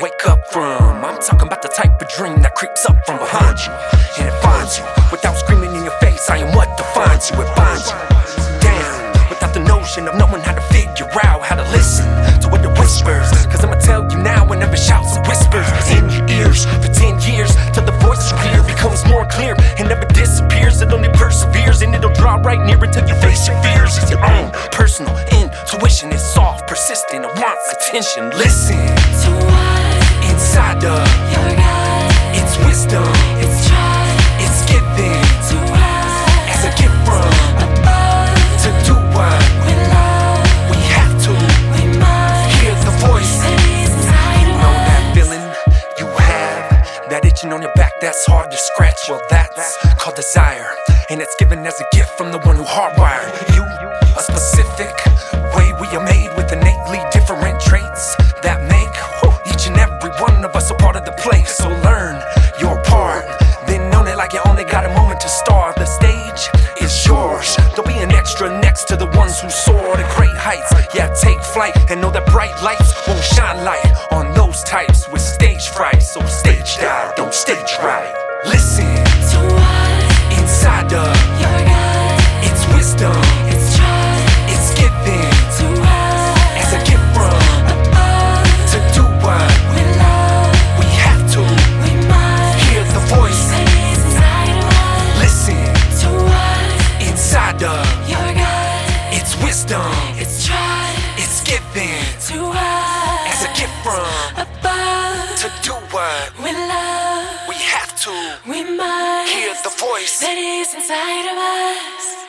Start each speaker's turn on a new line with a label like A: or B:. A: wake up from. I'm talking about the type of dream that creeps up from behind you and it finds you without screaming in your face. I am what defines you. It binds you down without the notion of knowing how to figure out how to listen to what it whispers. Cause I'ma tell you now, it never shouts, it whispers in your ears for 10 years till the voice you hear becomes more clear and never disappears. It only perseveres and it'll draw right near until you face your fears. It's your own personal intuition. It's soft, persistent, it wants attention. Listen
B: To what
A: inside of
B: you're not,
A: it's wisdom,
B: it's try
A: it's given
B: to rise
A: as a gift from
B: above.
A: to do what
B: We love,
A: we have to.
B: we must,
A: Hear the voice.
B: and these
A: You know that feeling you have, that itching on your back that's hard to scratch. Well, that's called desire, and it's given as a gift from the one who hardwired you. A specific way we are made with innately different traits that make whew, each and every one of us a part of the play. So learn your part, then own it like you only got a moment to star. The stage is yours. There'll be an extra next to the ones who soar to great heights. Yeah, take flight and know that bright lights won't shine light on those types with stage fright. So stage dive, don't stage right. Listen
B: To what
A: inside of
B: you're not,
A: it's wisdom,
B: it's try
A: it's given
B: to rise
A: as a gift from
B: above.
A: to do what
B: We love,
A: we have to.
B: we must,
A: Hear the voice,
B: and these inside
A: listen
B: To what
A: inside of
B: you're not,
A: it's wisdom,
B: it's try
A: it's given
B: to rise
A: as a gift from
B: above.
A: to do what
B: We love,
A: we have to.
B: we must.
A: Hear the voice.
B: that is inside of us.